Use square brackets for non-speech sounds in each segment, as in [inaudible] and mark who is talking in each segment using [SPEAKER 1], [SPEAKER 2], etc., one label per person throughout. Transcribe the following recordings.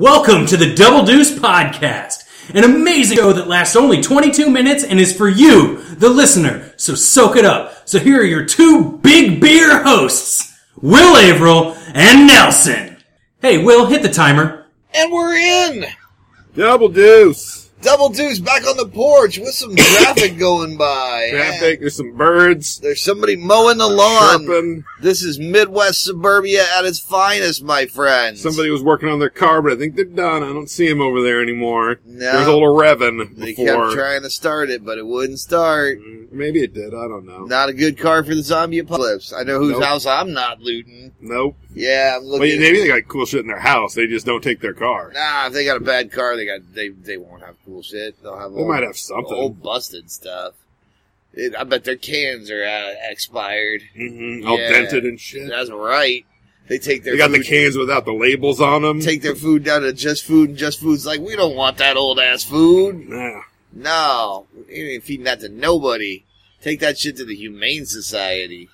[SPEAKER 1] Welcome to the Double Deuce Podcast, an amazing show that lasts only 22 minutes and is for you, the listener. So soak it up. So here are your two big beer hosts, Will Averill and Nelson. Hey, Will, hit the timer.
[SPEAKER 2] And we're in!
[SPEAKER 3] Double deuce.
[SPEAKER 2] Double Deuce back on the porch with some [coughs] traffic going by.
[SPEAKER 3] Traffic. There's some birds.
[SPEAKER 2] There's somebody mowing the lawn.
[SPEAKER 3] Chirping.
[SPEAKER 2] This is Midwest suburbia at its finest, my friends.
[SPEAKER 3] Somebody was working on their car, but I think they're done. I don't see him over there anymore.
[SPEAKER 2] No.
[SPEAKER 3] There's old Revan
[SPEAKER 2] They
[SPEAKER 3] before.
[SPEAKER 2] kept trying to start it, but it wouldn't start.
[SPEAKER 3] Maybe it did. I don't know.
[SPEAKER 2] Not a good car for the zombie apocalypse. I know whose
[SPEAKER 3] Nope.
[SPEAKER 2] house I'm not looting.
[SPEAKER 3] Nope.
[SPEAKER 2] Yeah, I'm
[SPEAKER 3] But
[SPEAKER 2] looking.
[SPEAKER 3] maybe they got cool shit in their house. They just don't take their car.
[SPEAKER 2] nah, if they got a bad car, they got they they won't have cool shit. They'll have
[SPEAKER 3] They
[SPEAKER 2] old-
[SPEAKER 3] might have something.
[SPEAKER 2] old busted stuff. It, I bet their cans are uh, expired.
[SPEAKER 3] hmm All
[SPEAKER 2] Yeah.
[SPEAKER 3] dented and shit.
[SPEAKER 2] That's right. They take their
[SPEAKER 3] They got the
[SPEAKER 2] food-
[SPEAKER 3] cans without the labels on them.
[SPEAKER 2] take their food down to Just Food, and Just Food's like, we don't want that old ass food.
[SPEAKER 3] yeah.
[SPEAKER 2] No, you ain't feeding that to nobody. Take that shit to the Humane Society.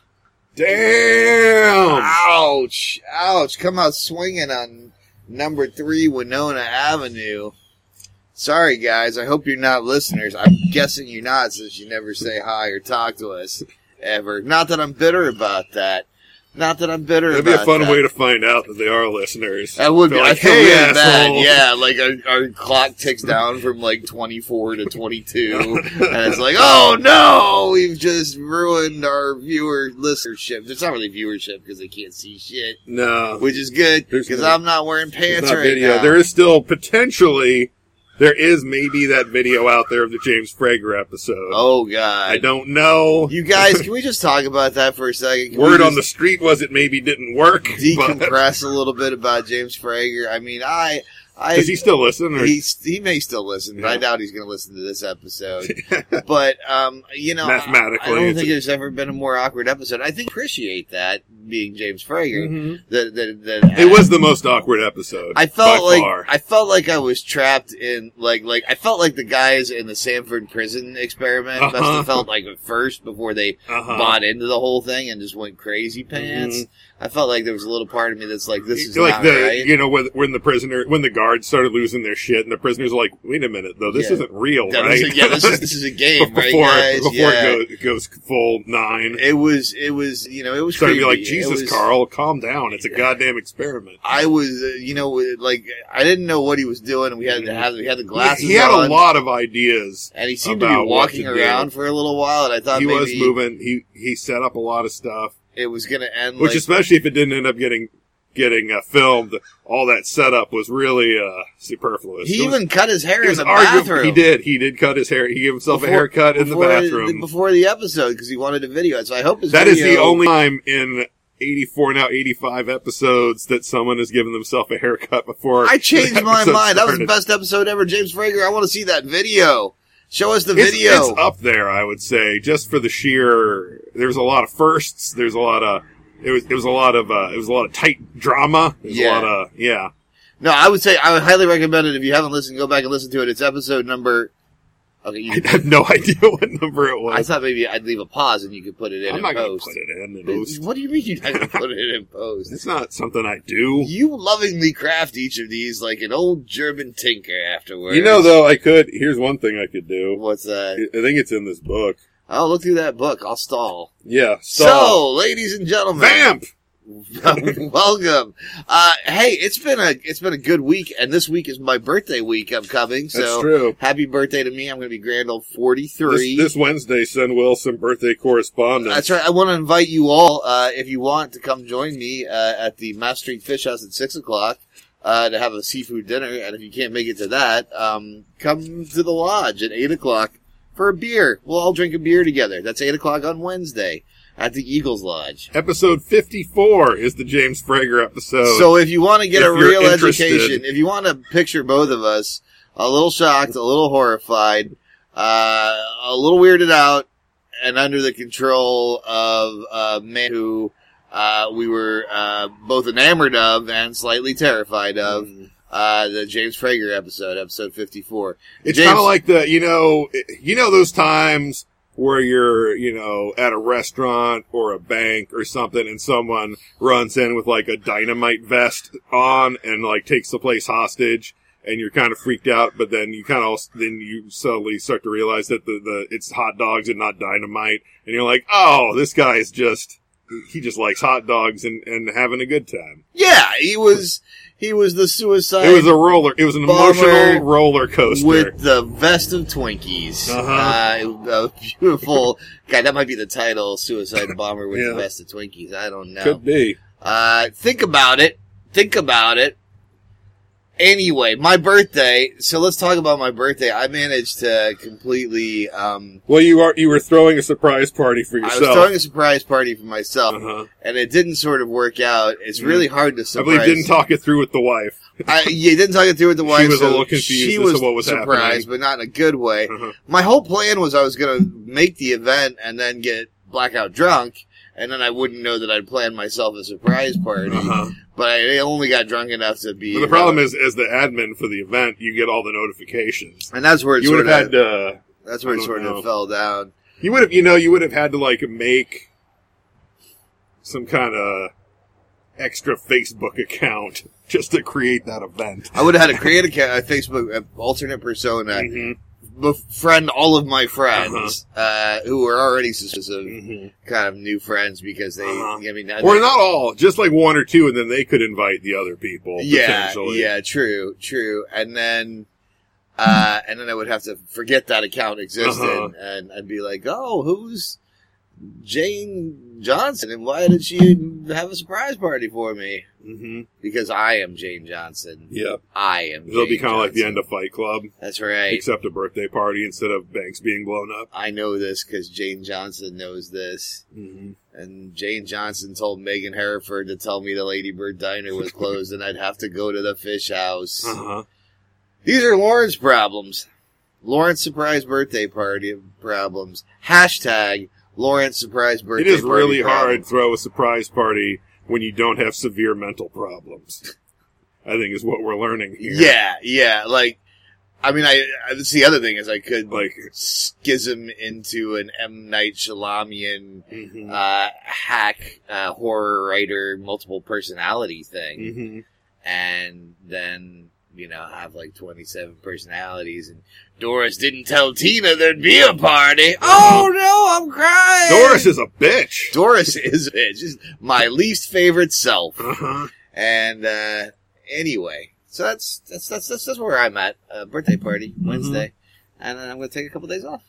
[SPEAKER 3] Damn.
[SPEAKER 2] Ah, Ouch! Ouch! Come out swinging on number three Winona Avenue. Sorry, guys. I hope you're not listeners. I'm guessing you're not, since you never say hi or talk to us ever. Not that I'm bitter about that. Not that I'm bitter.
[SPEAKER 3] That'd be a
[SPEAKER 2] about
[SPEAKER 3] fun
[SPEAKER 2] that.
[SPEAKER 3] way to find out that they are listeners.
[SPEAKER 2] That would be.
[SPEAKER 3] They're
[SPEAKER 2] I
[SPEAKER 3] like,
[SPEAKER 2] feel
[SPEAKER 3] "Hey,
[SPEAKER 2] really
[SPEAKER 3] asshole."
[SPEAKER 2] bad. Yeah, like our, our clock ticks down from like 24 to
[SPEAKER 3] [laughs]
[SPEAKER 2] 22, and it's like, oh no, we've just ruined our viewer listenership. It's not really viewership because they can't see shit,
[SPEAKER 3] No.
[SPEAKER 2] which is good
[SPEAKER 3] There's
[SPEAKER 2] because
[SPEAKER 3] no-
[SPEAKER 2] I'm not wearing
[SPEAKER 3] It's
[SPEAKER 2] pants
[SPEAKER 3] not
[SPEAKER 2] right
[SPEAKER 3] video.
[SPEAKER 2] now.
[SPEAKER 3] There is still potentially, there is maybe that video out there of the James Frager episode.
[SPEAKER 2] oh
[SPEAKER 3] I
[SPEAKER 2] god,
[SPEAKER 3] don't know.
[SPEAKER 2] you
[SPEAKER 3] [laughs]
[SPEAKER 2] guys, can we just talk about that for a second? Can we
[SPEAKER 3] Word on the
[SPEAKER 2] just
[SPEAKER 3] street was it maybe didn't work. [laughs]
[SPEAKER 2] [laughs]
[SPEAKER 3] but-
[SPEAKER 2] decompress a little bit about James Frager. I mean, I, I
[SPEAKER 3] Does he still listen? Or, [laughs]
[SPEAKER 2] He he may still listen, but I
[SPEAKER 3] Yeah.
[SPEAKER 2] doubt he's going to listen to this episode. but um, you know, I-
[SPEAKER 3] Mathematically,
[SPEAKER 2] I, don't
[SPEAKER 3] it's
[SPEAKER 2] think
[SPEAKER 3] a-
[SPEAKER 2] there's ever been a more awkward episode. I think appreciate that being James Frager.
[SPEAKER 3] Mhm.
[SPEAKER 2] That, that, that-
[SPEAKER 3] It was the most awkward episode.
[SPEAKER 2] I felt
[SPEAKER 3] by
[SPEAKER 2] like
[SPEAKER 3] far.
[SPEAKER 2] I felt like I was trapped in like like I felt like the guys in the Sanford prison experiment must
[SPEAKER 3] Uh-huh.
[SPEAKER 2] have felt like at first before they
[SPEAKER 3] Uh-huh. Mm-hmm.
[SPEAKER 2] bought into the whole thing and just went crazy pants. I felt like there was a little part of me that's like this is
[SPEAKER 3] like
[SPEAKER 2] not
[SPEAKER 3] the
[SPEAKER 2] right.
[SPEAKER 3] you know when, when the prisoner when the guards started losing their shit and the prisoners were like wait a minute though this
[SPEAKER 2] Yeah.
[SPEAKER 3] isn't real
[SPEAKER 2] That
[SPEAKER 3] right
[SPEAKER 2] was- yeah, this
[SPEAKER 3] [laughs]
[SPEAKER 2] is this is a game, right,
[SPEAKER 3] before
[SPEAKER 2] guys?
[SPEAKER 3] before
[SPEAKER 2] yeah.
[SPEAKER 3] it goes, goes full nine
[SPEAKER 2] It was, it was, you know, it was
[SPEAKER 3] started to
[SPEAKER 2] creepy.
[SPEAKER 3] be like
[SPEAKER 2] It
[SPEAKER 3] Jesus
[SPEAKER 2] was-
[SPEAKER 3] Carl calm down it's a goddamn experiment
[SPEAKER 2] I was, uh, you know, like I didn't know what he was doing. and We had to have, we had the glasses.
[SPEAKER 3] Mm. He had
[SPEAKER 2] on,
[SPEAKER 3] a lot of ideas.
[SPEAKER 2] and he seemed to be
[SPEAKER 3] about what
[SPEAKER 2] walking
[SPEAKER 3] to do.
[SPEAKER 2] around for a little while. And I thought
[SPEAKER 3] He
[SPEAKER 2] maybe
[SPEAKER 3] was moving. He he set up a lot of stuff,
[SPEAKER 2] it was going to end.
[SPEAKER 3] which
[SPEAKER 2] like,
[SPEAKER 3] especially if it didn't end up getting getting uh, filmed, all that setup was really uh, superfluous.
[SPEAKER 2] he
[SPEAKER 3] It was-
[SPEAKER 2] even cut his hair
[SPEAKER 3] he
[SPEAKER 2] in
[SPEAKER 3] was
[SPEAKER 2] the
[SPEAKER 3] argu-
[SPEAKER 2] bathroom.
[SPEAKER 3] He did. He did cut his hair. He gave himself a
[SPEAKER 2] Before-
[SPEAKER 3] haircut in the
[SPEAKER 2] before
[SPEAKER 3] bathroom.
[SPEAKER 2] before the episode because he wanted a video. So I hope his
[SPEAKER 3] that is the
[SPEAKER 2] video-
[SPEAKER 3] only time in. 84 now 85 episodes that someone has given themselves a haircut before
[SPEAKER 2] I changed
[SPEAKER 3] the
[SPEAKER 2] my
[SPEAKER 3] episode
[SPEAKER 2] mind. That was the
[SPEAKER 3] started.
[SPEAKER 2] best episode ever, James Frager. I want to see that video. Show us the
[SPEAKER 3] It's-
[SPEAKER 2] video.
[SPEAKER 3] It's, up there, I would say, just for the sheer. There's a lot of firsts. There's a lot of. It was. It was a lot of. Uh, it was a lot of tight drama. There's
[SPEAKER 2] Yeah.
[SPEAKER 3] a lot of. Yeah. [laughs]
[SPEAKER 2] No, I would say I would highly recommend it. If you haven't listened, go back and listen to it. It's episode number. Okay,
[SPEAKER 3] I
[SPEAKER 2] you,
[SPEAKER 3] have no [laughs] idea what number it
[SPEAKER 2] I
[SPEAKER 3] was.
[SPEAKER 2] thought maybe I'd leave a pause and you could put it in.
[SPEAKER 3] I'm
[SPEAKER 2] in
[SPEAKER 3] not going to
[SPEAKER 2] post.
[SPEAKER 3] put it in. It was-
[SPEAKER 2] What do you mean you're not going to put it in post? [laughs]
[SPEAKER 3] It's not something I do.
[SPEAKER 2] You lovingly craft each of these like an old German tinker afterwards.
[SPEAKER 3] You know, though, I could. Here's one thing I could do.
[SPEAKER 2] What's
[SPEAKER 3] I
[SPEAKER 2] that?
[SPEAKER 3] I think it's in this book.
[SPEAKER 2] I'll look through that book. I'll stall.
[SPEAKER 3] Yeah.
[SPEAKER 2] So, ladies and gentlemen,
[SPEAKER 3] vamp.
[SPEAKER 2] [laughs] welcome. Uh, hey, it's been a it's been a good week, and this week is my birthday week upcoming.
[SPEAKER 3] That's
[SPEAKER 2] So,
[SPEAKER 3] true.
[SPEAKER 2] happy birthday to me! I'm going to be grand old
[SPEAKER 3] This,
[SPEAKER 2] 43.
[SPEAKER 3] this Wednesday, send Wilson birthday correspondence.
[SPEAKER 2] That's right. I want to invite you all, uh, if you want, to come join me uh, at the Mass Street Fish House at six o'clock uh, to have a seafood dinner. And if you can't make it to that, um, come to the lodge at eight o'clock for a beer. We'll all drink a beer together. That's eight o'clock on Wednesday at the Eagles Lodge.
[SPEAKER 3] Episode 54 is the James Frager episode.
[SPEAKER 2] So if you want to get
[SPEAKER 3] if
[SPEAKER 2] a
[SPEAKER 3] you're
[SPEAKER 2] real
[SPEAKER 3] interested-
[SPEAKER 2] education, if you want to picture both of us a little shocked, a little horrified, uh, a little weirded out, and under the control of a man who uh, we were uh, both enamored of and slightly terrified of,
[SPEAKER 3] Hmm.
[SPEAKER 2] uh, the James Frager episode, episode fifty-four.
[SPEAKER 3] It's
[SPEAKER 2] James-
[SPEAKER 3] kind of like the you know you know those times where you're, you know, at a restaurant or a bank or something and someone runs in with like a dynamite vest on and like takes the place hostage and you're kind of freaked out, but then you kind of, then you suddenly start to realize that the, the, it's hot dogs and not dynamite. And you're like, oh, this guy is just, he just likes hot dogs and, and having a good time.
[SPEAKER 2] Yeah, he was he was the suicide
[SPEAKER 3] It was a roller, it was an
[SPEAKER 2] Bummer
[SPEAKER 3] emotional roller coaster.
[SPEAKER 2] with the vest of Twinkies.
[SPEAKER 3] Uh-huh.
[SPEAKER 2] Uh, a beautiful [laughs] God, that might be the title: Suicide
[SPEAKER 3] [laughs]
[SPEAKER 2] Bomber with
[SPEAKER 3] Yeah.
[SPEAKER 2] the vest of Twinkies. I don't know.
[SPEAKER 3] Could be.
[SPEAKER 2] Uh, think about it. Think about it. Anyway, my birthday. So let's talk about my birthday. I managed to completely. Um,
[SPEAKER 3] Well, you are, you were throwing a surprise party for
[SPEAKER 2] I
[SPEAKER 3] yourself.
[SPEAKER 2] was throwing a surprise party for myself,
[SPEAKER 3] uh-huh.
[SPEAKER 2] and it didn't sort of work out. It's
[SPEAKER 3] Mm.
[SPEAKER 2] really hard to
[SPEAKER 3] I
[SPEAKER 2] surprise.
[SPEAKER 3] believe didn't talk it through with the wife.
[SPEAKER 2] I, yeah, didn't talk it through with the wife.
[SPEAKER 3] was a
[SPEAKER 2] so
[SPEAKER 3] little confused as
[SPEAKER 2] She
[SPEAKER 3] to
[SPEAKER 2] was
[SPEAKER 3] what was happening.
[SPEAKER 2] surprised, but not in a good way.
[SPEAKER 3] Uh-huh.
[SPEAKER 2] My whole plan was I was going to make the event and then get blackout drunk, and then I wouldn't know that I'd planned myself a surprise party.
[SPEAKER 3] Uh-huh.
[SPEAKER 2] But I only got drunk enough to be.
[SPEAKER 3] But the problem is, as the admin for the event, you get all the notifications.
[SPEAKER 2] and that's where it
[SPEAKER 3] You
[SPEAKER 2] sort
[SPEAKER 3] would have
[SPEAKER 2] of
[SPEAKER 3] had to, Uh-huh.
[SPEAKER 2] that's where
[SPEAKER 3] I
[SPEAKER 2] it
[SPEAKER 3] don't
[SPEAKER 2] sort
[SPEAKER 3] know.
[SPEAKER 2] of fell down.
[SPEAKER 3] you would have, you know, you would have had to like make some kind of extra Facebook account [laughs] just to create that event.
[SPEAKER 2] I would have had to create a, ca- a Facebook a alternate persona,
[SPEAKER 3] Mm-hmm. Uh-huh.
[SPEAKER 2] befriend all of my friends uh who were already suspicious of
[SPEAKER 3] Mm-hmm.
[SPEAKER 2] kind of new friends because they.
[SPEAKER 3] Uh-huh.
[SPEAKER 2] I mean, I
[SPEAKER 3] Or
[SPEAKER 2] think-
[SPEAKER 3] not all, just like one or two, and then they could invite the other people.
[SPEAKER 2] yeah,
[SPEAKER 3] potentially.
[SPEAKER 2] yeah, true, true. And then, uh, and then I would have to forget that account existed,
[SPEAKER 3] Uh-huh.
[SPEAKER 2] and I'd be like, "Oh, who's Jane Johnson, and why did she have a surprise party for me?"
[SPEAKER 3] hmm
[SPEAKER 2] Because I am Jane Johnson.
[SPEAKER 3] yeah.
[SPEAKER 2] I am.
[SPEAKER 3] It'll be
[SPEAKER 2] Jane
[SPEAKER 3] kind of like the
[SPEAKER 2] Johnson.
[SPEAKER 3] end of Fight Club,
[SPEAKER 2] That's right.
[SPEAKER 3] except a birthday party instead of banks being blown up.
[SPEAKER 2] I know this because Jane Johnson knows this.
[SPEAKER 3] Mm-hmm.
[SPEAKER 2] And Jane Johnson told Megan Hereford to tell me the Ladybird Diner was closed and I'd have to go to the fish house.
[SPEAKER 3] Uh-huh.
[SPEAKER 2] These are Lawrence problems. Lawrence surprise birthday party problems. Hashtag Lawrence surprise
[SPEAKER 3] It
[SPEAKER 2] birthday.
[SPEAKER 3] is
[SPEAKER 2] party
[SPEAKER 3] really hard
[SPEAKER 2] problem.
[SPEAKER 3] to throw a surprise party when you don't have severe mental problems. I think is what we're learning here.
[SPEAKER 2] Yeah, yeah. Like, I mean, I. I- That's the other thing is I could
[SPEAKER 3] Like,
[SPEAKER 2] schism into an M Night Shyamalan
[SPEAKER 3] mhm,
[SPEAKER 2] uh, hack uh, horror writer multiple personality thing.
[SPEAKER 3] mhm.
[SPEAKER 2] and then you know have like 27 personalities and doris didn't tell tina there'd be a party
[SPEAKER 3] [laughs]
[SPEAKER 2] oh no i'm crying
[SPEAKER 3] Doris is a
[SPEAKER 2] [laughs]
[SPEAKER 3] bitch.
[SPEAKER 2] doris is it just my least favorite self
[SPEAKER 3] Uh-huh.
[SPEAKER 2] and uh anyway so that's that's that's that's, that's where i'm at uh, birthday party
[SPEAKER 3] Mm-hmm.
[SPEAKER 2] wednesday and then i'm gonna take a couple days off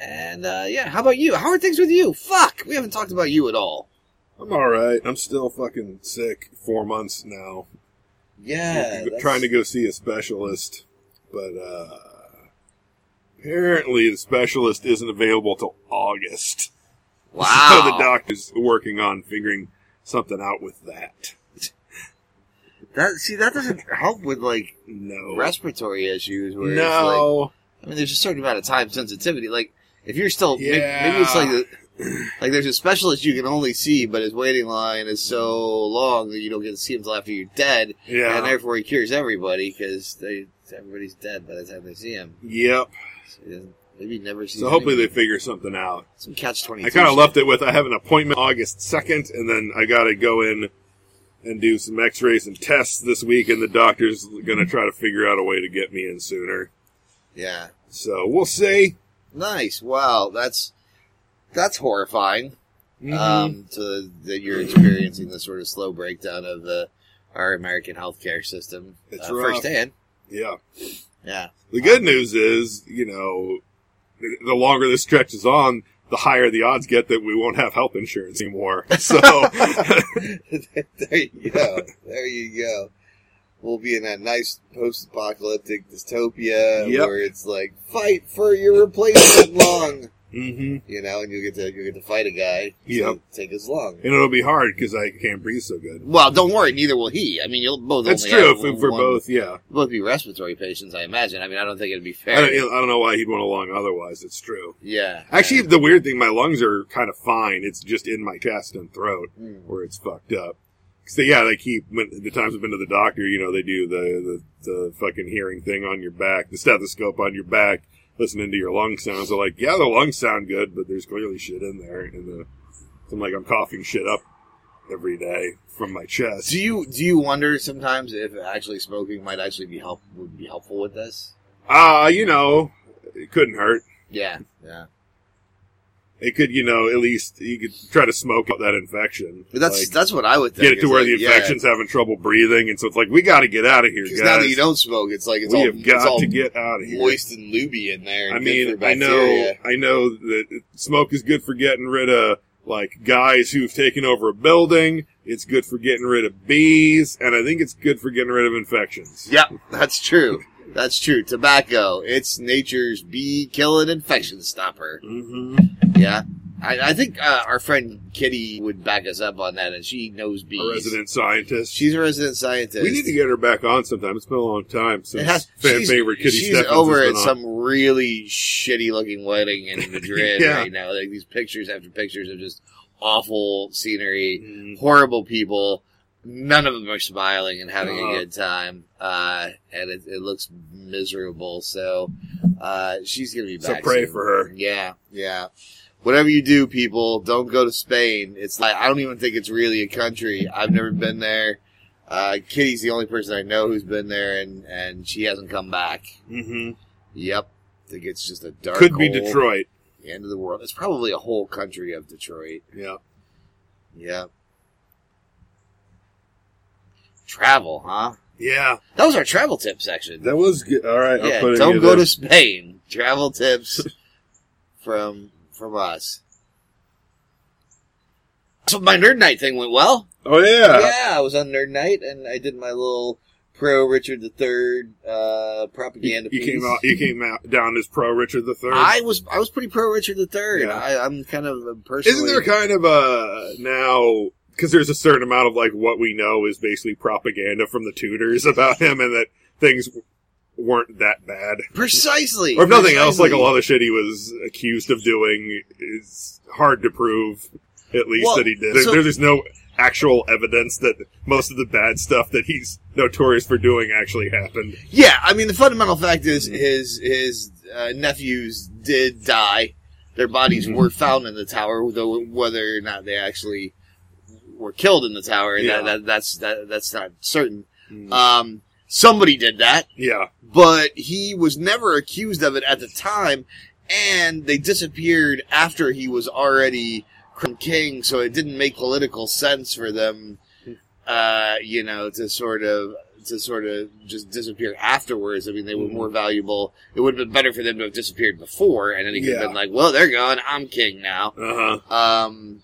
[SPEAKER 2] and uh yeah how about you how are things with you fuck we haven't talked about you at all
[SPEAKER 3] I'm all right. I'm still fucking sick. Four months now.
[SPEAKER 2] yeah that's-
[SPEAKER 3] trying to go see a specialist, but uh, apparently the specialist isn't available till August. [laughs]
[SPEAKER 2] wow
[SPEAKER 3] So the doctor's working on figuring something out with that.
[SPEAKER 2] That see, that doesn't help with like
[SPEAKER 3] No.
[SPEAKER 2] respiratory issues. Where it's
[SPEAKER 3] Oh. no.
[SPEAKER 2] like, I mean, there's a certain amount of time sensitivity. Like if you're still, may-
[SPEAKER 3] Yeah.
[SPEAKER 2] maybe it's like the, like there's a specialist you can only see, but his waiting line is so long that you don't get to see him until after you're dead,
[SPEAKER 3] yeah.
[SPEAKER 2] and therefore he cures everybody because they everybody's dead by the time they see him.
[SPEAKER 3] Yep.
[SPEAKER 2] So he doesn't- maybe he never sees.
[SPEAKER 3] So hopefully they
[SPEAKER 2] anybody.
[SPEAKER 3] figure something out.
[SPEAKER 2] some catch twenty.
[SPEAKER 3] I kind of left it with I have an appointment August 2nd, and then I got to go in and do some x rays and tests this week, and the doctor's going to try to figure out a way to get me in sooner.
[SPEAKER 2] Yeah,
[SPEAKER 3] So we'll see.
[SPEAKER 2] nice. Wow, that's that's horrifying.
[SPEAKER 1] Mm-hmm.
[SPEAKER 3] Mhm.
[SPEAKER 2] um, to that you're experiencing the sort of slow breakdown of uh, our American healthcare system
[SPEAKER 3] It's
[SPEAKER 2] uh,
[SPEAKER 3] rough.
[SPEAKER 2] firsthand.
[SPEAKER 3] yeah.
[SPEAKER 2] Yeah, [laughs]
[SPEAKER 3] The good news is, you know, the- the longer this stretches on, the higher the odds get that we won't have health insurance anymore. [laughs]
[SPEAKER 2] [laughs]
[SPEAKER 3] So,
[SPEAKER 2] there you go. There you go. We'll be in that nice post-apocalyptic dystopia
[SPEAKER 3] Yep.
[SPEAKER 2] where it's like fight for your replacement [laughs] lung,
[SPEAKER 3] hmm
[SPEAKER 2] you know, and you get to you get to fight a guy
[SPEAKER 3] Yep.
[SPEAKER 2] to take his lung.
[SPEAKER 3] and it'll be hard because I can't breathe so good.
[SPEAKER 2] Well, don't worry. Neither will he. I mean, you'll both.
[SPEAKER 3] That's
[SPEAKER 2] only
[SPEAKER 3] true
[SPEAKER 2] have
[SPEAKER 3] for, for
[SPEAKER 2] one-
[SPEAKER 3] both. Yeah,
[SPEAKER 2] Both be respiratory patients, I imagine. I mean, I don't think it'd be
[SPEAKER 3] I
[SPEAKER 2] fair.
[SPEAKER 3] don't, I don't know why he'd want a lung otherwise. It's true.
[SPEAKER 2] yeah.
[SPEAKER 3] Actually, the weird thing, my lungs are kind of fine. It's just in my chest and throat
[SPEAKER 2] Mm.
[SPEAKER 3] where it's fucked up. So yeah, they keep when the times I've been to the doctor, you know, they do the, the the fucking hearing thing on your back, the stethoscope on your back, listening to your lung sounds. They're like, yeah, the lungs sound good, but there's clearly shit in there. And the, I'm like, I'm coughing shit up every day from my chest.
[SPEAKER 2] Do you do you wonder sometimes if actually smoking might actually be help would be helpful with this?
[SPEAKER 3] Ah, you know, it couldn't hurt.
[SPEAKER 2] Yeah, yeah.
[SPEAKER 3] It could, you know, at least you could try to smoke out that infection.
[SPEAKER 2] But that's
[SPEAKER 3] Like,
[SPEAKER 2] that's what I would think.
[SPEAKER 3] get it to
[SPEAKER 2] is
[SPEAKER 3] where
[SPEAKER 2] like,
[SPEAKER 3] the
[SPEAKER 2] yeah,
[SPEAKER 3] infection's having trouble breathing, and so it's like we got to get out of here,
[SPEAKER 2] 'cause
[SPEAKER 3] guys.
[SPEAKER 2] now that you don't smoke, it's like it's
[SPEAKER 3] we
[SPEAKER 2] all,
[SPEAKER 3] have got
[SPEAKER 2] it's all
[SPEAKER 3] to get out of here.
[SPEAKER 2] moist and lubey in there.
[SPEAKER 3] I
[SPEAKER 2] and good
[SPEAKER 3] mean,
[SPEAKER 2] for
[SPEAKER 3] I know,
[SPEAKER 2] bacteria.
[SPEAKER 3] I know that smoke is good for getting rid of like guys who've taken over a building. It's good for getting rid of bees, and I think it's good for getting rid of infections.
[SPEAKER 2] Yeah, that's true. That's true. Tobacco, it's nature's bee killing infection stopper.
[SPEAKER 3] Mm-hmm.
[SPEAKER 2] Yeah. I, I think uh, our friend Kitty would back us up on that, and she knows bees.
[SPEAKER 3] A resident scientist.
[SPEAKER 2] She's a resident scientist.
[SPEAKER 3] we need to get her back on sometime. It's been a long time since
[SPEAKER 2] It has-
[SPEAKER 3] fan
[SPEAKER 2] she's-
[SPEAKER 3] favorite Kitty
[SPEAKER 2] She's
[SPEAKER 3] Steffens
[SPEAKER 2] over
[SPEAKER 3] has
[SPEAKER 2] at
[SPEAKER 3] been on.
[SPEAKER 2] some really shitty looking wedding
[SPEAKER 3] [laughs]
[SPEAKER 2] in Madrid
[SPEAKER 3] Yeah.
[SPEAKER 2] right now. Like these pictures after pictures of just awful scenery,
[SPEAKER 3] Mm.
[SPEAKER 2] horrible people. None of them are smiling and having
[SPEAKER 3] Uh-huh.
[SPEAKER 2] a good time, uh, and it, it looks miserable. So uh, she's gonna be
[SPEAKER 3] So
[SPEAKER 2] back.
[SPEAKER 3] pray
[SPEAKER 2] soon.
[SPEAKER 3] for her.
[SPEAKER 2] Yeah, yeah. Whatever you do, people, don't go to Spain. It's like I don't even think it's really a country. I've never been there. Uh, Kitty's the only person I know who's been there, and and she hasn't come back.
[SPEAKER 3] Mhm.
[SPEAKER 2] Yep, I think it's just a dark.
[SPEAKER 3] Could be
[SPEAKER 2] hole,
[SPEAKER 3] Detroit.
[SPEAKER 2] The end of the world. It's probably a whole country of Detroit.
[SPEAKER 3] Yeah.
[SPEAKER 2] Yep. Travel, huh?
[SPEAKER 3] Yeah.
[SPEAKER 2] That was our travel tip section.
[SPEAKER 3] That was good. All right.
[SPEAKER 2] yeah,
[SPEAKER 3] I'll put it
[SPEAKER 2] don't
[SPEAKER 3] in
[SPEAKER 2] go
[SPEAKER 3] there.
[SPEAKER 2] to Spain. Travel
[SPEAKER 3] [laughs]
[SPEAKER 2] tips from from us. So my nerd night thing went well.
[SPEAKER 3] Oh, yeah.
[SPEAKER 2] yeah, I was on nerd night and I did my little pro Richard III uh, propaganda.
[SPEAKER 3] You, you
[SPEAKER 2] piece.
[SPEAKER 3] came out. You came out down as pro Richard the Third.
[SPEAKER 2] I was I was pretty pro Richard III.
[SPEAKER 3] Yeah.
[SPEAKER 2] I, I'm kind of a personally.
[SPEAKER 3] Isn't there kind of a now? Because there's a certain amount of like what we know is basically propaganda from the Tudors about him, and that things weren't that bad,
[SPEAKER 2] precisely?
[SPEAKER 3] or if nothing else, like a
[SPEAKER 2] precisely.
[SPEAKER 3] lot of shit he was accused of doing is hard to prove. At least
[SPEAKER 2] Well,
[SPEAKER 3] that he did. There-
[SPEAKER 2] so-
[SPEAKER 3] there- there's no actual evidence that most of the bad stuff that he's notorious for doing actually happened.
[SPEAKER 2] Yeah, I mean the fundamental fact is his his uh, nephews did die. Their bodies
[SPEAKER 3] Mhm.
[SPEAKER 2] were found in the tower, though whether or not they actually were killed in the tower,
[SPEAKER 3] Yeah.
[SPEAKER 2] that, that, that's that, that's not certain. Um, somebody did that,
[SPEAKER 3] Uh, yeah,
[SPEAKER 2] but he was never accused of it at the time, and they disappeared after he was already crowned king, so it didn't make political sense for them, uh, you know, to sort of to sort of just disappear afterwards. I mean, they were
[SPEAKER 3] Mhm.
[SPEAKER 2] more valuable. It would have been better for them to have disappeared before, and then he could
[SPEAKER 3] Yeah.
[SPEAKER 2] have been like, "Well, they're gone. I'm king now."
[SPEAKER 3] uh huh.
[SPEAKER 2] Um,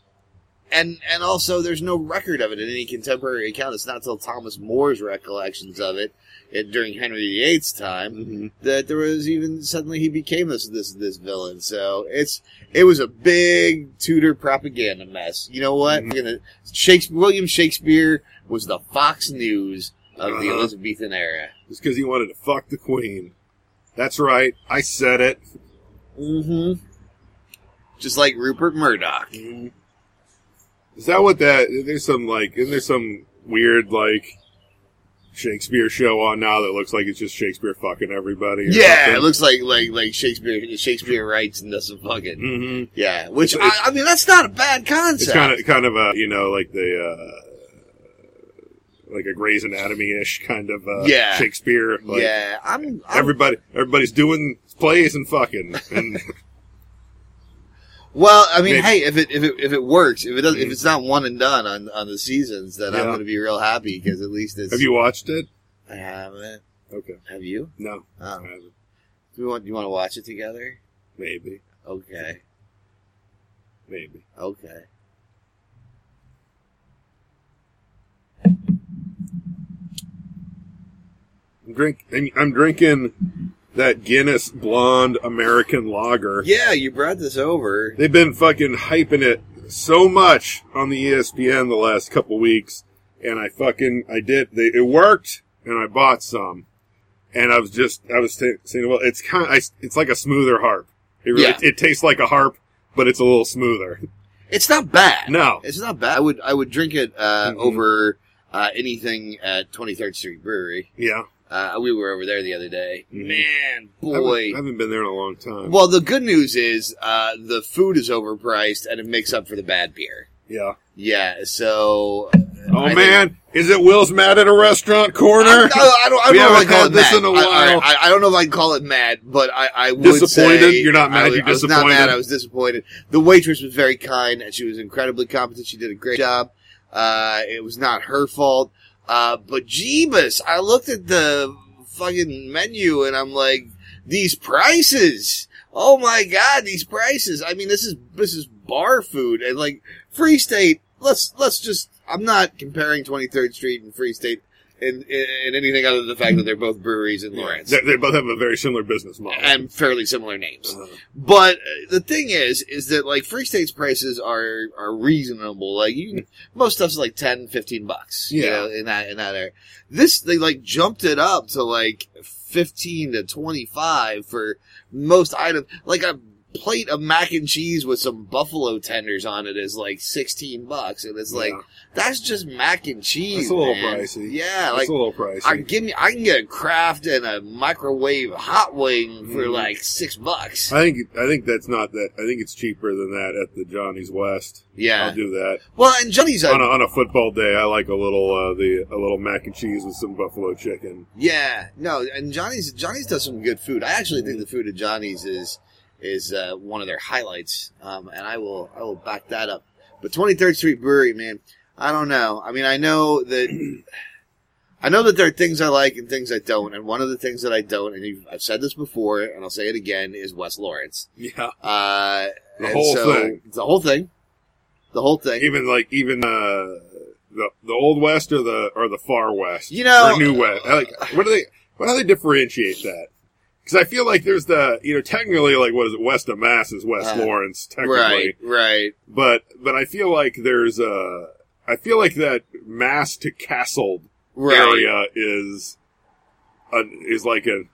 [SPEAKER 2] and and also, there's no record of it in any contemporary account. It's not till Thomas More's recollections of it, it during Henry VIII's time
[SPEAKER 3] mm-hmm.
[SPEAKER 2] that there was even suddenly he became this this this villain. So it's it was a big Tudor propaganda mess. You know what?
[SPEAKER 3] Mhm.
[SPEAKER 2] We're gonna- Shakespeare, William Shakespeare was the Fox News of the
[SPEAKER 3] Uh-huh.
[SPEAKER 2] Elizabethan era.
[SPEAKER 3] It's because he wanted to fuck the queen. That's right. I said it.
[SPEAKER 2] Mm-hmm. Just like Rupert Murdoch.
[SPEAKER 3] Mm-hmm. Is that what that? There's some like, isn't there some weird like Shakespeare show on now that looks like it's just Shakespeare fucking everybody? Or
[SPEAKER 2] Yeah,
[SPEAKER 3] something?
[SPEAKER 2] it looks like like like Shakespeare Shakespeare writes and doesn't fucking.
[SPEAKER 3] Mhm.
[SPEAKER 2] Yeah, which
[SPEAKER 3] It's-
[SPEAKER 2] I, I mean, that's not a bad concept.
[SPEAKER 3] It's kind of kind of a you know like the uh like a Grey's Anatomy ish kind of uh,
[SPEAKER 2] Yeah.
[SPEAKER 3] Shakespeare. Like,
[SPEAKER 2] yeah, I'm. I'm
[SPEAKER 3] Everybody, everybody's doing plays and fucking,
[SPEAKER 2] [laughs]
[SPEAKER 3] and
[SPEAKER 2] well, I mean,
[SPEAKER 3] Maybe.
[SPEAKER 2] hey, if it if it if it works, if it does, not if
[SPEAKER 3] Mhm.
[SPEAKER 2] it's not one and done on on the seasons, then I'm
[SPEAKER 3] Yeah.
[SPEAKER 2] going to be real happy because at least it's.
[SPEAKER 3] have you watched it?
[SPEAKER 2] I haven't.
[SPEAKER 3] Okay,
[SPEAKER 2] Have you?
[SPEAKER 3] no, Uh, I
[SPEAKER 2] Oh.
[SPEAKER 3] haven't.
[SPEAKER 2] Do you want? Do you want to watch it together?
[SPEAKER 3] maybe,
[SPEAKER 2] Okay.
[SPEAKER 3] maybe.
[SPEAKER 2] Okay.
[SPEAKER 3] I'm drink, I'm, I'm drinking that Guinness Blonde American Lager.
[SPEAKER 2] Yeah, you brought this over.
[SPEAKER 3] They've been fucking hyping it so much on the E ESPN the last couple weeks, and I fucking I did. They, it worked, and I bought some, and I was just I was th- saying, well, it's kind I, it's like a smoother harp. It really
[SPEAKER 2] Yeah.
[SPEAKER 3] it tastes like a harp, but it's a little smoother.
[SPEAKER 2] [laughs] It's not bad.
[SPEAKER 3] No,
[SPEAKER 2] It's not bad. I would I would drink it uh,
[SPEAKER 3] Mhm.
[SPEAKER 2] over uh, anything at Twenty Third Street Brewery.
[SPEAKER 3] yeah,
[SPEAKER 2] Uh, we were over there the other day.
[SPEAKER 3] Mhm.
[SPEAKER 2] Man,
[SPEAKER 3] I haven't-
[SPEAKER 2] boy.
[SPEAKER 3] I haven't been there in a long time.
[SPEAKER 2] Well, the good news is uh, the food is overpriced, and it makes up for the bad beer.
[SPEAKER 3] yeah.
[SPEAKER 2] Yeah, so.
[SPEAKER 3] Oh
[SPEAKER 2] I think-
[SPEAKER 3] man, is it Will's mad at a restaurant corner?
[SPEAKER 2] I, I, I don't, I don't know if I
[SPEAKER 3] We haven't
[SPEAKER 2] call
[SPEAKER 3] had
[SPEAKER 2] it
[SPEAKER 3] this
[SPEAKER 2] mad.
[SPEAKER 3] in a
[SPEAKER 2] I- I,
[SPEAKER 3] while.
[SPEAKER 2] I, I don't know if I call it mad, but I, I would
[SPEAKER 3] Disappointed?
[SPEAKER 2] say-
[SPEAKER 3] You're not mad,
[SPEAKER 2] I was,
[SPEAKER 3] you're
[SPEAKER 2] I was not mad.
[SPEAKER 3] disappointed?
[SPEAKER 2] I was disappointed. The waitress was very kind, and she was incredibly competent. She did a great job. Uh, it was not her fault. Uh, but Jeebus, I looked at the fucking menu, and I'm like, these prices. Oh my god, these prices. I mean, this is this is bar food, and like Free State. Let's let's just. I'm not comparing 23rd Street and Free State in, in, in anything other than the fact that they're both breweries in Lawrence
[SPEAKER 3] They, they both have a very similar business model.
[SPEAKER 2] and fairly similar names.
[SPEAKER 3] Uh,
[SPEAKER 2] But uh, the thing is, is that like Free State's prices are are reasonable. Like you, can- most stuff's like 10, 15 bucks. You
[SPEAKER 3] Yeah.
[SPEAKER 2] know, in that in that area. This they like jumped it up to like fifteen to twenty five for most items. Like a plate of mac and cheese with some buffalo tenders on it is like sixteen bucks, and it's like
[SPEAKER 3] yeah.
[SPEAKER 2] that's just mac and cheese.
[SPEAKER 3] That's a little
[SPEAKER 2] man.
[SPEAKER 3] pricey.
[SPEAKER 2] Yeah,
[SPEAKER 3] It's
[SPEAKER 2] like
[SPEAKER 3] a little pricey.
[SPEAKER 2] I give me. I can get a craft and a microwave hot wing for
[SPEAKER 3] Mhm.
[SPEAKER 2] like six bucks.
[SPEAKER 3] I think I think that's not that. I think it's cheaper than that at the Johnny's West. I'll
[SPEAKER 2] Yeah.
[SPEAKER 3] do that
[SPEAKER 2] Well, and Johnny's
[SPEAKER 3] on a,
[SPEAKER 2] a
[SPEAKER 3] on a football day. I like a little uh, the a little mac and cheese with some buffalo chicken.
[SPEAKER 2] yeah. No, and Johnny's Johnny's does some good food. I actually think the food at Johnny's is is uh, one of their highlights. Um, and I will I will back that up. But Twenty Third Street Brewery, man, I don't know. I mean, I know that. [clears throat] I know that there are things I like and things I don't, and one of the things that I don't, and you've, I've said this before, and I'll say it again, is West Lawrence.
[SPEAKER 3] Yeah,
[SPEAKER 2] Uh,
[SPEAKER 3] the
[SPEAKER 2] And
[SPEAKER 3] whole
[SPEAKER 2] so-
[SPEAKER 3] thing.
[SPEAKER 2] The whole thing. The whole thing.
[SPEAKER 3] Even like even uh, the the old west or the or the far west.
[SPEAKER 2] You know-
[SPEAKER 3] or new west. I like what do they? What do they differentiate that? Because I feel like there's the you know technically like what is it? West of Mass is West
[SPEAKER 2] Uh,
[SPEAKER 3] Lawrence technically.
[SPEAKER 2] right, right.
[SPEAKER 3] but but I feel like there's a I feel like that mass to castled
[SPEAKER 2] Right.
[SPEAKER 3] area is a, is like an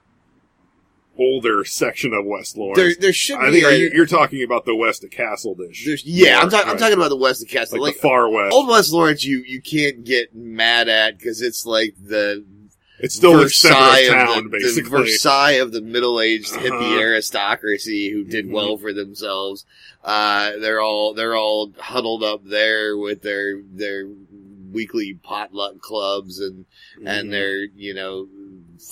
[SPEAKER 3] older section of West
[SPEAKER 2] There,
[SPEAKER 3] Lawrence.
[SPEAKER 2] there should be.
[SPEAKER 3] I think
[SPEAKER 2] a-
[SPEAKER 3] are you, you're talking about the west of Castledish.
[SPEAKER 2] there's- yeah, I'm,
[SPEAKER 3] More,
[SPEAKER 2] talk, I'm
[SPEAKER 3] right.
[SPEAKER 2] talking about the West of Castle.
[SPEAKER 3] like,
[SPEAKER 2] Like,
[SPEAKER 3] the far west.
[SPEAKER 2] Old West Lawrence, you, you can't get mad at because it's like the
[SPEAKER 3] It's still
[SPEAKER 2] Versailles
[SPEAKER 3] the center of town,
[SPEAKER 2] of the, the
[SPEAKER 3] basically.
[SPEAKER 2] Versailles of the middle-aged hippie
[SPEAKER 3] Uh-huh.
[SPEAKER 2] aristocracy who did
[SPEAKER 3] Mhm.
[SPEAKER 2] well for themselves. Uh, they're all they're all huddled up there with their their weekly potluck clubs and
[SPEAKER 3] Mm-hmm.
[SPEAKER 2] and their you know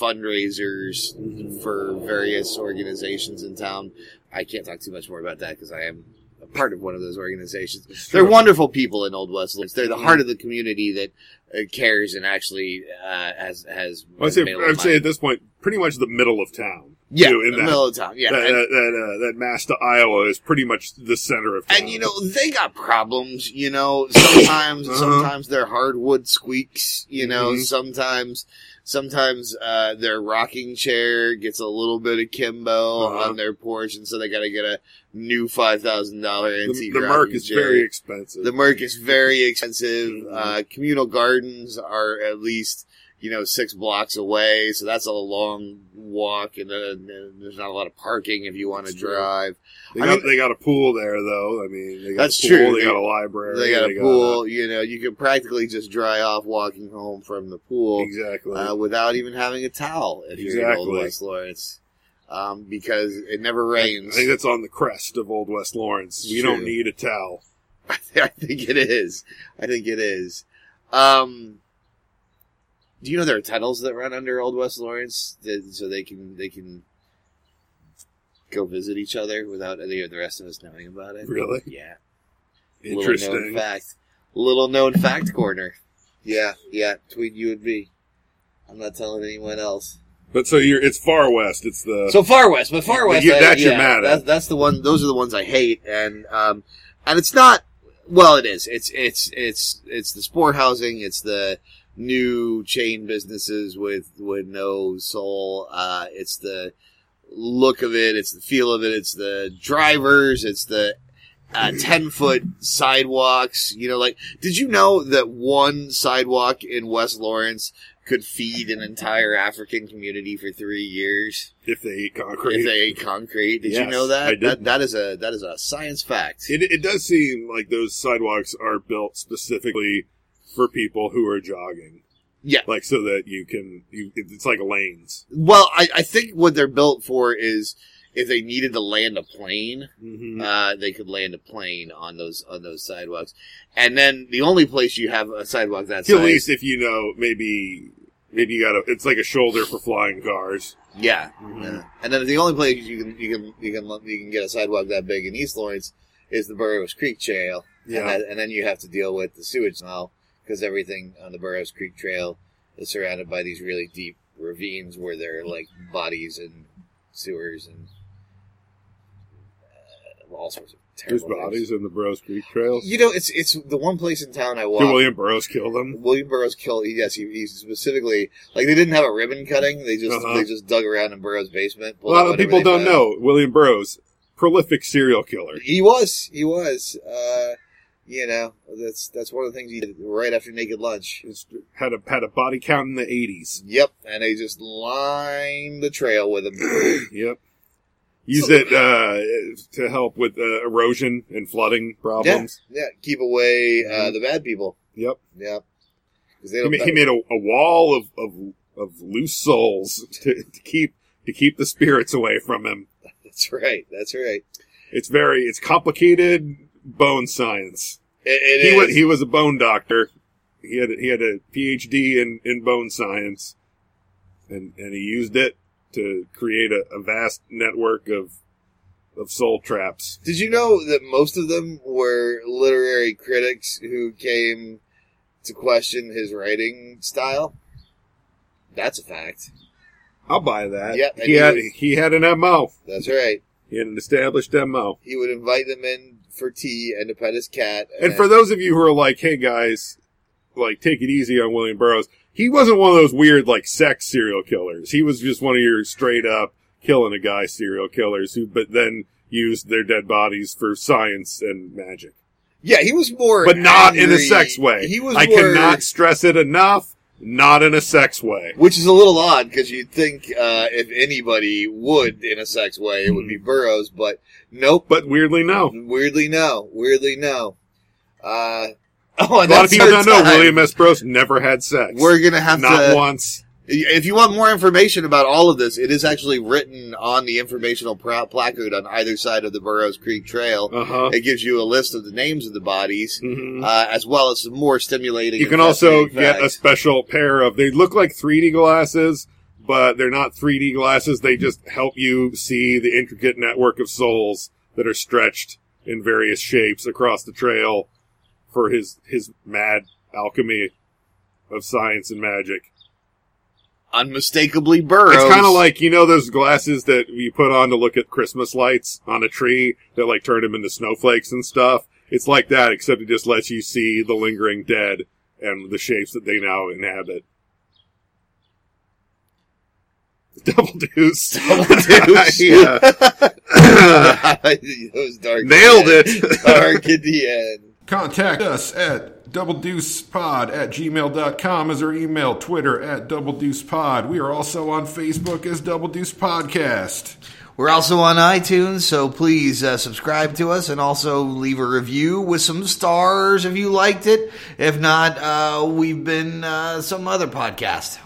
[SPEAKER 2] fundraisers for various organizations in town. I can't talk too much more about that because I am a part of one of those organizations.
[SPEAKER 3] It's
[SPEAKER 2] They're
[SPEAKER 3] true.
[SPEAKER 2] wonderful people in Old West Lawrence.
[SPEAKER 3] Mm-hmm.
[SPEAKER 2] They're the heart of the community that uh, cares and actually uh, has has.
[SPEAKER 3] I'd say,
[SPEAKER 2] made a lot
[SPEAKER 3] I'd
[SPEAKER 2] of
[SPEAKER 3] say
[SPEAKER 2] money.
[SPEAKER 3] at this point, pretty much the middle of town.
[SPEAKER 2] yeah,
[SPEAKER 3] too, in
[SPEAKER 2] the
[SPEAKER 3] that-
[SPEAKER 2] middle of town. Yeah,
[SPEAKER 3] that
[SPEAKER 2] and-
[SPEAKER 3] that, that, uh, that mass to Iowa is pretty much the center of town.
[SPEAKER 2] And you know, they got problems, you
[SPEAKER 3] [coughs]
[SPEAKER 2] know. Sometimes
[SPEAKER 3] Uh-huh.
[SPEAKER 2] sometimes their hardwood squeaks, you know,
[SPEAKER 3] Mhm.
[SPEAKER 2] sometimes sometimes uh their rocking chair gets a little bit of kimbo
[SPEAKER 3] Uh-huh.
[SPEAKER 2] on their porch and so they gotta get a new five thousand dollar
[SPEAKER 3] the,
[SPEAKER 2] antique.
[SPEAKER 3] the Merck
[SPEAKER 2] rocking
[SPEAKER 3] is
[SPEAKER 2] chair.
[SPEAKER 3] very expensive.
[SPEAKER 2] the Merc is very expensive.
[SPEAKER 3] Mhm.
[SPEAKER 2] Uh communal gardens are at least you know, six blocks away, so that's a long walk, and, uh, and there's not a lot of parking if you want to
[SPEAKER 3] That's true.
[SPEAKER 2] drive.
[SPEAKER 3] They
[SPEAKER 2] I
[SPEAKER 3] got,
[SPEAKER 2] mean-
[SPEAKER 3] they got a pool there, though. I mean, they got
[SPEAKER 2] That's
[SPEAKER 3] a pool,
[SPEAKER 2] true.
[SPEAKER 3] They,
[SPEAKER 2] They-
[SPEAKER 3] got a library.
[SPEAKER 2] They got a pool. you know, you can practically just dry off walking home from the pool
[SPEAKER 3] exactly.
[SPEAKER 2] uh, without even having a towel if you're in Old
[SPEAKER 3] Exactly.
[SPEAKER 2] West Lawrence, um, because it never
[SPEAKER 3] I
[SPEAKER 2] rains.
[SPEAKER 3] think that's on the crest of Old West Lawrence.
[SPEAKER 2] It's
[SPEAKER 3] We
[SPEAKER 2] true.
[SPEAKER 3] don't need a towel.
[SPEAKER 2] [laughs] I think it is. I think it is. Um, do you know there are tunnels that run under Old West Lawrence, that, so they can they can go visit each other without any of the rest of us knowing about it?
[SPEAKER 3] Really?
[SPEAKER 2] Yeah. Little known
[SPEAKER 3] Interesting.
[SPEAKER 2] fact. Little known fact corner. Yeah, yeah, between you and me. I'm not telling anyone else.
[SPEAKER 3] But so you're, it's far west. It's the
[SPEAKER 2] So far west, but far west.
[SPEAKER 3] you-
[SPEAKER 2] I-
[SPEAKER 3] that you're
[SPEAKER 2] yeah,
[SPEAKER 3] mad at.
[SPEAKER 2] That's, that's the one. Those are the ones I hate, and um, and it's not. Well, it is. It's it's it's it's the sport housing. It's the new chain businesses with with no soul. Uh, it's the look of it. It's the feel of it. It's the drivers. It's the uh, ten foot sidewalks. You know, like did you know that one sidewalk in West Lawrence could feed an entire African community for three years?
[SPEAKER 3] if they eat concrete.
[SPEAKER 2] if they ate concrete. Did you
[SPEAKER 3] Yes,
[SPEAKER 2] know
[SPEAKER 3] I
[SPEAKER 2] that?
[SPEAKER 3] didn't.
[SPEAKER 2] that? That is a that is a science fact.
[SPEAKER 3] it, it does seem like those sidewalks are built specifically for people who are jogging.
[SPEAKER 2] Yeah.
[SPEAKER 3] Like so that you can, you, it's like lanes.
[SPEAKER 2] Well, I, I think what they're built for is if they needed to land a plane,
[SPEAKER 3] Mm-hmm.
[SPEAKER 2] uh, they could land a plane on those on those sidewalks. And then the only place you have a sidewalk that
[SPEAKER 3] At
[SPEAKER 2] size,
[SPEAKER 3] least if you know, maybe, maybe you gotta, it's like a shoulder for flying cars.
[SPEAKER 2] yeah.
[SPEAKER 3] Mhm.
[SPEAKER 2] yeah. And then the only place you can you can you can you can get a sidewalk that big in East Lawrence is the Burroughs Creek Trail.
[SPEAKER 3] Yeah.
[SPEAKER 2] And, that, and then you have to deal with the sewage now because everything on the Burroughs Creek Trail is surrounded by these really deep ravines where there are like bodies and sewers and uh, all sorts of
[SPEAKER 3] There's
[SPEAKER 2] terrible
[SPEAKER 3] bodies
[SPEAKER 2] things.
[SPEAKER 3] in the Burroughs Creek Trail.
[SPEAKER 2] You know, it's it's the one place in town I walk.
[SPEAKER 3] Did William Burroughs kill them?
[SPEAKER 2] William Burroughs killed. Yes, he, he specifically like they didn't have a ribbon cutting. They just
[SPEAKER 3] Uh-huh.
[SPEAKER 2] they just dug around in Burroughs' basement.
[SPEAKER 3] A
[SPEAKER 2] pulled
[SPEAKER 3] lot
[SPEAKER 2] out
[SPEAKER 3] of
[SPEAKER 2] whatever
[SPEAKER 3] people
[SPEAKER 2] they
[SPEAKER 3] don't
[SPEAKER 2] found.
[SPEAKER 3] know William Burroughs, prolific serial killer.
[SPEAKER 2] He was. He was. Uh, you know, that's that's one of the things he did right after Naked Lunch.
[SPEAKER 3] It's- Had a had a body count in
[SPEAKER 2] [clears throat]
[SPEAKER 3] the 80s.
[SPEAKER 2] Yep, and they just lined the trail with
[SPEAKER 3] [clears throat]
[SPEAKER 2] him.
[SPEAKER 3] Yep. Use it uh, to help with uh, erosion and flooding problems.
[SPEAKER 2] yeah, keep away uh, the bad people.
[SPEAKER 3] Yep.
[SPEAKER 2] Yep, because they
[SPEAKER 3] Mm-hmm. He,
[SPEAKER 2] don't.
[SPEAKER 3] ma- he made a, a wall of, of of loose souls [laughs] to, to keep to keep the spirits away from him.
[SPEAKER 2] [laughs] that's right. That's right.
[SPEAKER 3] It's very it's complicated bone science.
[SPEAKER 2] It, it
[SPEAKER 3] he was
[SPEAKER 2] is.
[SPEAKER 3] he was a bone doctor. He had he had a PhD in, in bone science, and and he used it to create a, a vast network of of soul traps.
[SPEAKER 2] Did you know that most of them were literary critics who came to question his writing style? That's a fact.
[SPEAKER 3] I'll buy that.
[SPEAKER 2] Yep, and
[SPEAKER 3] he
[SPEAKER 2] he
[SPEAKER 3] had
[SPEAKER 2] was-
[SPEAKER 3] he had an mo.
[SPEAKER 2] That's right.
[SPEAKER 3] He had an established mo.
[SPEAKER 2] He would invite them in for tea and to pet his cat.
[SPEAKER 3] And for those of you who are like, "Hey guys, like take it easy on William Burroughs," he wasn't one of those weird like sex serial killers. He was just one of your straight up killing a guy serial killers who, but then used their dead bodies for science and magic.
[SPEAKER 2] yeah, he was more,
[SPEAKER 3] but not in a
[SPEAKER 2] angry.
[SPEAKER 3] sex way.
[SPEAKER 2] He was.
[SPEAKER 3] I
[SPEAKER 2] more-
[SPEAKER 3] cannot stress it enough. Not in a sex way.
[SPEAKER 2] which is a little odd because you'd think uh, if anybody would in a sex way, it would be Burroughs, but nope.
[SPEAKER 3] But weirdly, Hmm. no.
[SPEAKER 2] Weirdly, no. Weirdly, no. Uh, [laughs] oh,
[SPEAKER 3] A
[SPEAKER 2] and
[SPEAKER 3] lot of
[SPEAKER 2] that's
[SPEAKER 3] people
[SPEAKER 2] our
[SPEAKER 3] don't know
[SPEAKER 2] time.
[SPEAKER 3] William S. Burroughs never had sex.
[SPEAKER 2] We're gonna have
[SPEAKER 3] not
[SPEAKER 2] to.
[SPEAKER 3] once.
[SPEAKER 2] If you want more information about all of this, it is actually written on the informational pra- placard on either side of the Burroughs Creek Trail.
[SPEAKER 3] Uh huh.
[SPEAKER 2] It gives you a list of the names of the bodies,
[SPEAKER 3] Mm-hmm.
[SPEAKER 2] uh, as well as some more stimulating.
[SPEAKER 3] Hmm. You
[SPEAKER 2] and
[SPEAKER 3] can also
[SPEAKER 2] fascinating
[SPEAKER 3] get a
[SPEAKER 2] facts.
[SPEAKER 3] special pair of. They look like 3D glasses, but they're not 3D glasses. They just help you see the intricate network of souls that are stretched in various shapes across the trail for his his mad alchemy of science and magic.
[SPEAKER 2] unmistakably Burroughs.
[SPEAKER 3] It's kind of like you know those glasses that you put on to look at Christmas lights on a tree that like turn them into snowflakes and stuff. It's like that, except it just lets you see the lingering dead and the shapes that they now inhabit. [laughs] Double deuce.
[SPEAKER 2] Double deuce.
[SPEAKER 3] [laughs] yeah.
[SPEAKER 2] it was dark. at the
[SPEAKER 3] Nailed
[SPEAKER 2] end.
[SPEAKER 3] it.
[SPEAKER 2] [laughs] dark at the end.
[SPEAKER 4] Contact us at doubledeucepod at gmail.com is our email, Twitter at doubledeucepod. We are also on Facebook as Double Deuce Podcast.
[SPEAKER 2] We're also on iTunes, so please uh, subscribe to us and also leave a review with some stars if you liked it. If not, uh, we've been uh, some other podcast.